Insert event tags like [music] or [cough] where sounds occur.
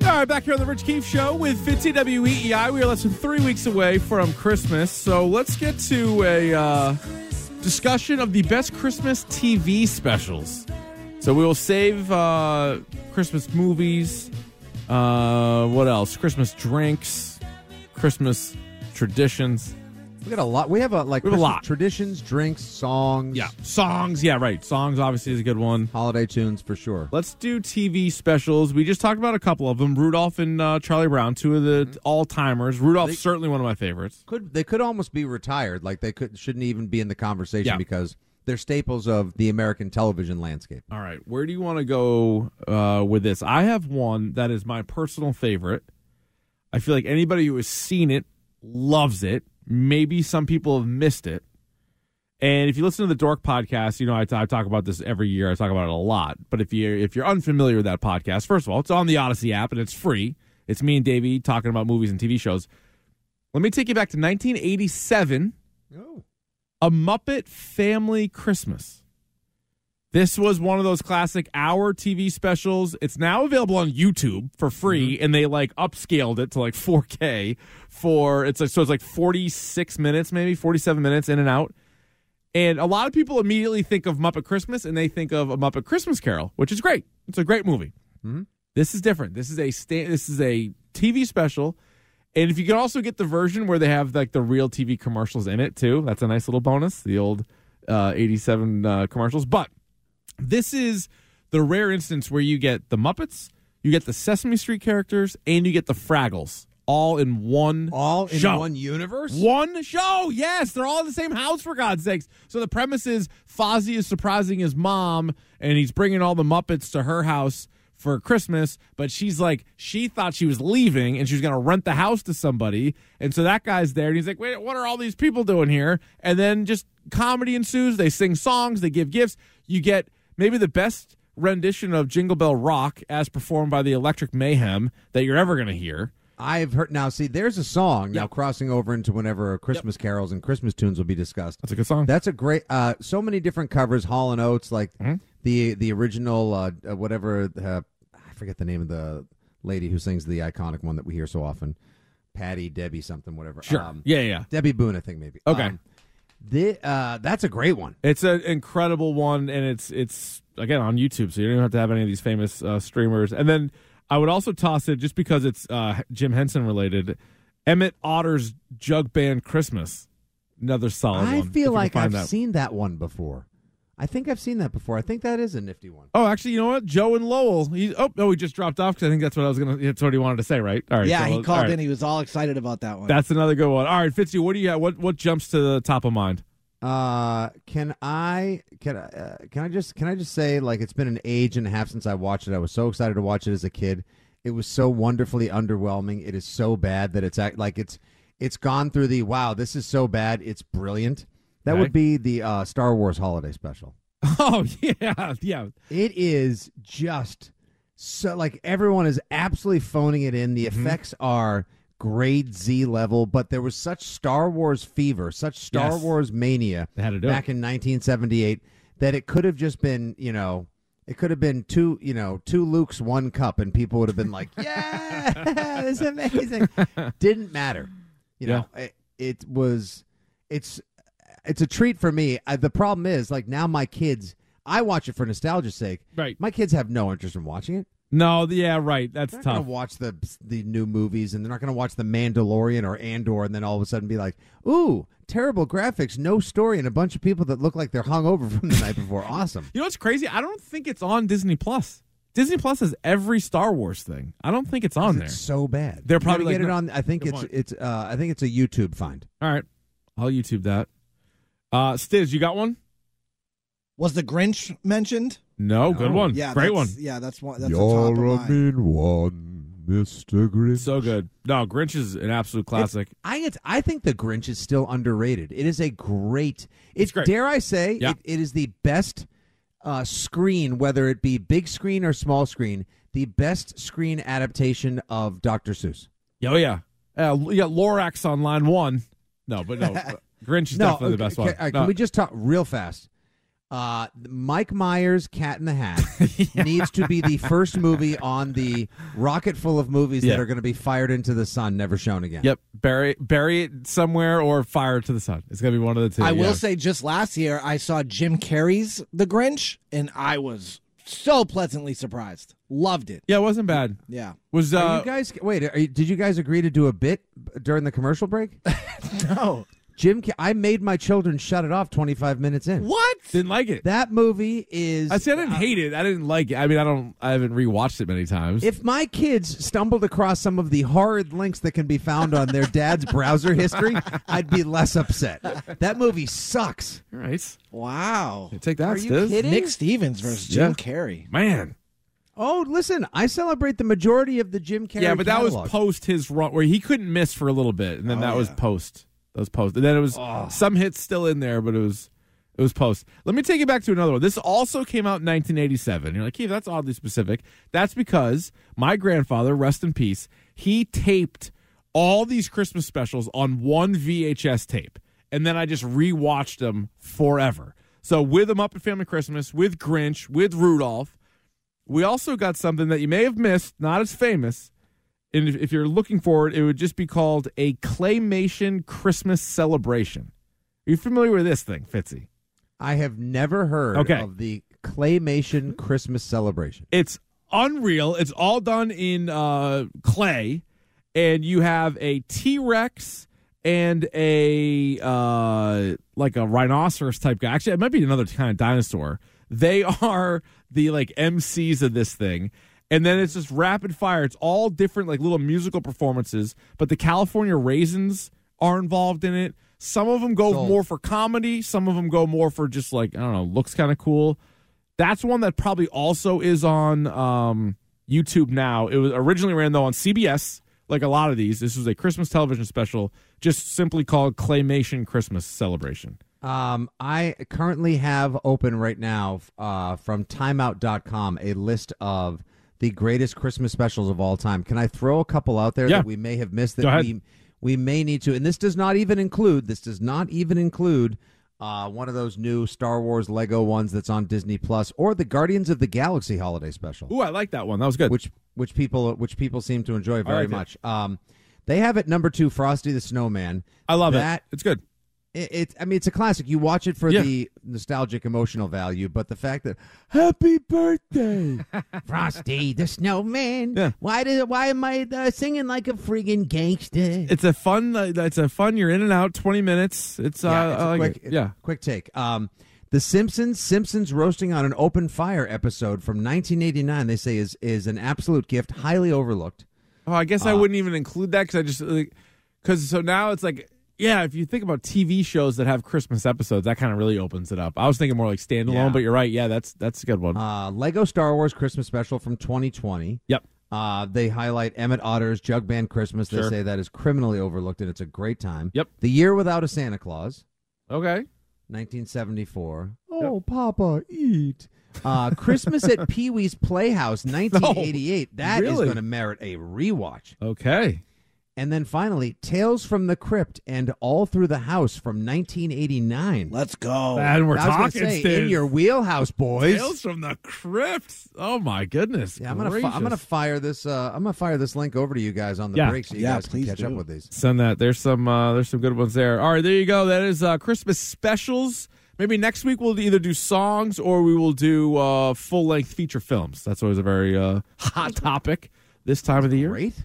right, back here on the Rich Keefe Show with Fitzy WEEI. E We are less than three weeks away from Christmas, so let's get to a uh, discussion of the best Christmas TV specials. So we will save uh, Christmas movies. Uh, what else? Christmas drinks, Christmas traditions. We got a lot. We have a like We have a Christmas lot. traditions, drinks, songs, Yeah, songs. Yeah, right. Songs obviously is a good one. holiday tunes for sure. Let's do TV specials. We just talked about a couple of them. Rudolph and uh, Charlie Brown, two of the all timers. Rudolph's certainly one of my favorites. Could they could almost be retired? Like they could shouldn't even be in the conversation Yeah. because they're staples of the American television landscape. All right, where do you want to go uh, with this? I have one that is my personal favorite. I feel like anybody who has seen it loves it. Maybe some people have missed it. And if you listen to the Dork podcast, you know I, t- I talk about this every year. I talk about it a lot. But if you if you're unfamiliar with that podcast, first of all, it's on the Odyssey app and it's free. It's me and Davey talking about movies and TV shows. Let me take you back to 1987. Oh, A Muppet Family Christmas. This was one of those classic hour TV specials. It's now available on YouTube for free, and they like upscaled it to like 4K for it's like so it's like 46 minutes, maybe 47 minutes in and out. And a lot of people immediately think of Muppet Christmas and they think of a Muppet Christmas Carol, which is great. It's a great movie. Mhm. This is different. This is a sta- this is a TV special, and if you can also get the version where they have like the real TV commercials in it too, that's a nice little bonus. The old uh, '87 uh, commercials, but this is the rare instance where you get the Muppets, you get the Sesame Street characters, and you get the Fraggles all in one all in show. one universe. One show, yes. They're all in the same house, for God's sakes. So the premise is Fozzie is surprising his mom, and he's bringing all the Muppets to her house for Christmas. But she's like, she thought she was leaving, and she was going to rent the house to somebody. And so that guy's there, and he's like, wait, what are all these people doing here? And then just comedy ensues. They sing songs, they give gifts. You get maybe the best rendition of Jingle Bell Rock as performed by the Electric Mayhem that you're ever going to hear. I've heard now. See, there's a song now Yep. crossing over into whenever Christmas carols and Christmas tunes will be discussed. That's a good song. That's a great. Uh, so many different covers. Hall and Oates, like Mm-hmm. the the original, uh, uh, whatever. Uh, I forget the name of the lady who sings the iconic one that we hear so often. Patty, Debbie, something, whatever. Um, sure. yeah, yeah, yeah. Debbie Boone, I think maybe. Okay. Um, thi- uh, that's a great one. It's an incredible one, and it's it's again on YouTube, so you don't have to have any of these famous uh, streamers. And then I would also toss it just because it's uh, Jim Henson related. Emmett Otter's Jug Band Christmas, another solid one. I if you feel can like find I've that. seen that one before. I think I've seen that before. I think that is a nifty one. Oh, actually, you know what? Joe and Lowell. He oh no, he just dropped off because I think that's what I was gonna. That's what he wanted to say, right? All right. yeah, so he let's- called all right. in. He was all excited about that one. That's another good one. All right, Fitzy, what do you have? What what jumps to the top of mind? [laughs] Uh, can I can I, uh, can I just can I just say like it's been an age and a half since I watched it. I was so excited to watch it as a kid. It was so wonderfully underwhelming. It is so bad that it's act, like it's it's gone through the wow. This is so bad. It's brilliant. That Okay. would be the uh, Star Wars holiday special. Oh yeah, yeah. It is just so like everyone is absolutely phoning it in. The Mm-hmm. effects are grade Z level, but there was such Star Wars fever, such Star Yes. Wars mania They had to do back in 1978 that it could have just been, you know, it could have been two, you know, two Luke's, one cup, and people would have been like, "Yeah, [laughs] it's amazing." Didn't matter, you know. It, it was, it's, it's a treat for me. I, the problem is, like now my kids, I watch it for nostalgia's sake. Right. My kids have no interest in watching it. No, yeah, right. That's They're not tough. gonna watch the the new movies, and they're not gonna watch the Mandalorian or Andor, and then all of a sudden be like, "Ooh, terrible graphics, no story, and a bunch of people that look like they're hungover [laughs] from the night before." Awesome. You know what's crazy? I don't think it's on Disney Plus. Disney Plus has every Star Wars thing. I don't think it's on there. It's so bad. They're You gotta probably like, get it no- on. I think good it's point. it's uh, I think it's a YouTube find. All right. I'll YouTube that. Uh Stiz, you got one? was the Grinch mentioned? No, No. good one. [laughs] Yeah, Great that's- one. Yeah, that's one. That's a top of mine. mean one, Mister Grinch. So good. No, Grinch is an absolute classic. I it's, I think the Grinch is still underrated. It is a great. It's, great. dare I say Yeah. it, it is the best uh, screen, whether it be big screen or small screen, the best screen adaptation of Dr. Seuss. oh yeah. Uh, you got Lorax on line one. No, but no. Grinch is definitely the best okay, uh, one. all right, No. Can we just talk real fast? Uh, Mike Myers' Cat in [laughs] the Hat needs to be the first movie on the rocket full of movies Yeah. that are going to be fired into the sun, never shown again. Yep, bury bury it somewhere or fire it to the sun. It's gonna be one of the two. I will yeah. say, just last year, I saw Jim Carrey's The Grinch, and I was so pleasantly surprised. Loved it. Yeah, it wasn't bad. Yeah. Was Are uh, you guys wait? Are you, did you guys agree to do a bit during the commercial break? No. Jim, Ca- I made my children shut it off 25 minutes in. What? didn't like it. That movie is. I see. I didn't hate it. I didn't like it. I mean, I don't. I haven't rewatched it many times. If my kids stumbled across some of the horrid links that can be found on their dad's browser [laughs] history, I'd be less upset. That movie sucks. All right, Wow. take that. Are you Stiz. kidding? Nick Stevens versus Jim Yeah. Carrey. Man, Oh, listen, I celebrate the majority of the Jim Carrey. yeah, but that catalog. was post his run where he couldn't miss for a little bit, and then that was post. That was post, and then it was some hits still in there, but it was it was post. Let me take you back to another one. This also came out in 1987. You're like, Keith, that's oddly specific. That's because my grandfather, rest in peace, he taped all these Christmas specials on one VHS tape, and then I just rewatched them forever. So with a Muppet Family Christmas, with Grinch, with Rudolph. We also got something that you may have missed, not as famous, and if, if you're looking for it, it would just be called a claymation Christmas celebration. Are you familiar with this thing, Fitzy? I have never heard Okay. of the claymation Christmas celebration. It's unreal. It's all done in uh, clay, and you have a T Rex and a uh, like a rhinoceros type guy. Actually, it might be another kind of dinosaur. They [laughs] are the like MCs of this thing. And then it's just rapid fire. It's all different, like little musical performances. But the California Raisins are involved in it. Some of them go Sold. more for comedy. Some of them go more for just like I don't know, looks kind of cool. That's one that probably also is on um, YouTube now. It was originally ran though on CBS, like a lot of these. This was a Christmas television special, just simply called Claymation Christmas Celebration. Um, I currently have open right now uh, from timeout.com a list of the greatest Christmas specials of all time. Can I throw a couple out there Yeah. that we may have missed Go that ahead. we, we may need to? And this does not even include, this does not even include uh, one of those new Star Wars Lego ones that's on Disney Plus or the Guardians of the Galaxy holiday special Ooh, I like that one. That was good. which which people which people seem to enjoy very liked it. much. Um, they have at number two Frosty the Snowman. I love that- it. It's good. It, it I mean it's a classic. You watch it for Yeah. the nostalgic emotional value, but the fact that Happy Birthday, [laughs] Frosty the Snowman. Yeah. Why do why am I uh, singing like a friggin' gangster? It's a fun. uh, It's a fun. You're in and out. Twenty minutes. It's. Uh, yeah, it's I a like quick, it. yeah. quick take. Um, the Simpsons, Simpsons roasting on an open fire episode from 1989. They say is is an absolute gift, highly overlooked. Oh, I uh, guess I wouldn't even include that because I just because so now it's like yeah. If you think about TV shows that have Christmas episodes, that kind of really opens it up. I was thinking more like standalone, Yeah. but you're right. Yeah, that's that's a good one. Uh, Lego Star Wars Christmas special from 2020. yep. Uh, they highlight Emmett Otter's Jug Band Christmas. They Sure. say that is criminally overlooked and it's a great time. Yep. The Year Without a Santa Claus, Okay. 1974. Oh, Papa, eat. Uh, Christmas at Pee [laughs] Wee's Playhouse, 1988. That is really? going to merit a rewatch. Okay. And then finally, Tales from the Crypt and All Through the House from 1989. Let's go. and we're Oh, I was gonna talking say, Stan. in your wheelhouse, boys. Tales from the crypt. Oh my goodness. Yeah, I'm gonna fi- gracious. I'm gonna fire this uh, I'm gonna fire this link over to you guys on the Yeah. break so you Yeah, guys can please catch do. up with these. send that. There's some uh, there's some good ones there. All right, there you go. That is uh, Christmas specials. Maybe next week we'll either do songs or we will do [laughs] uh, full length feature films. That's always a very uh, hot topic this time of the year. Great.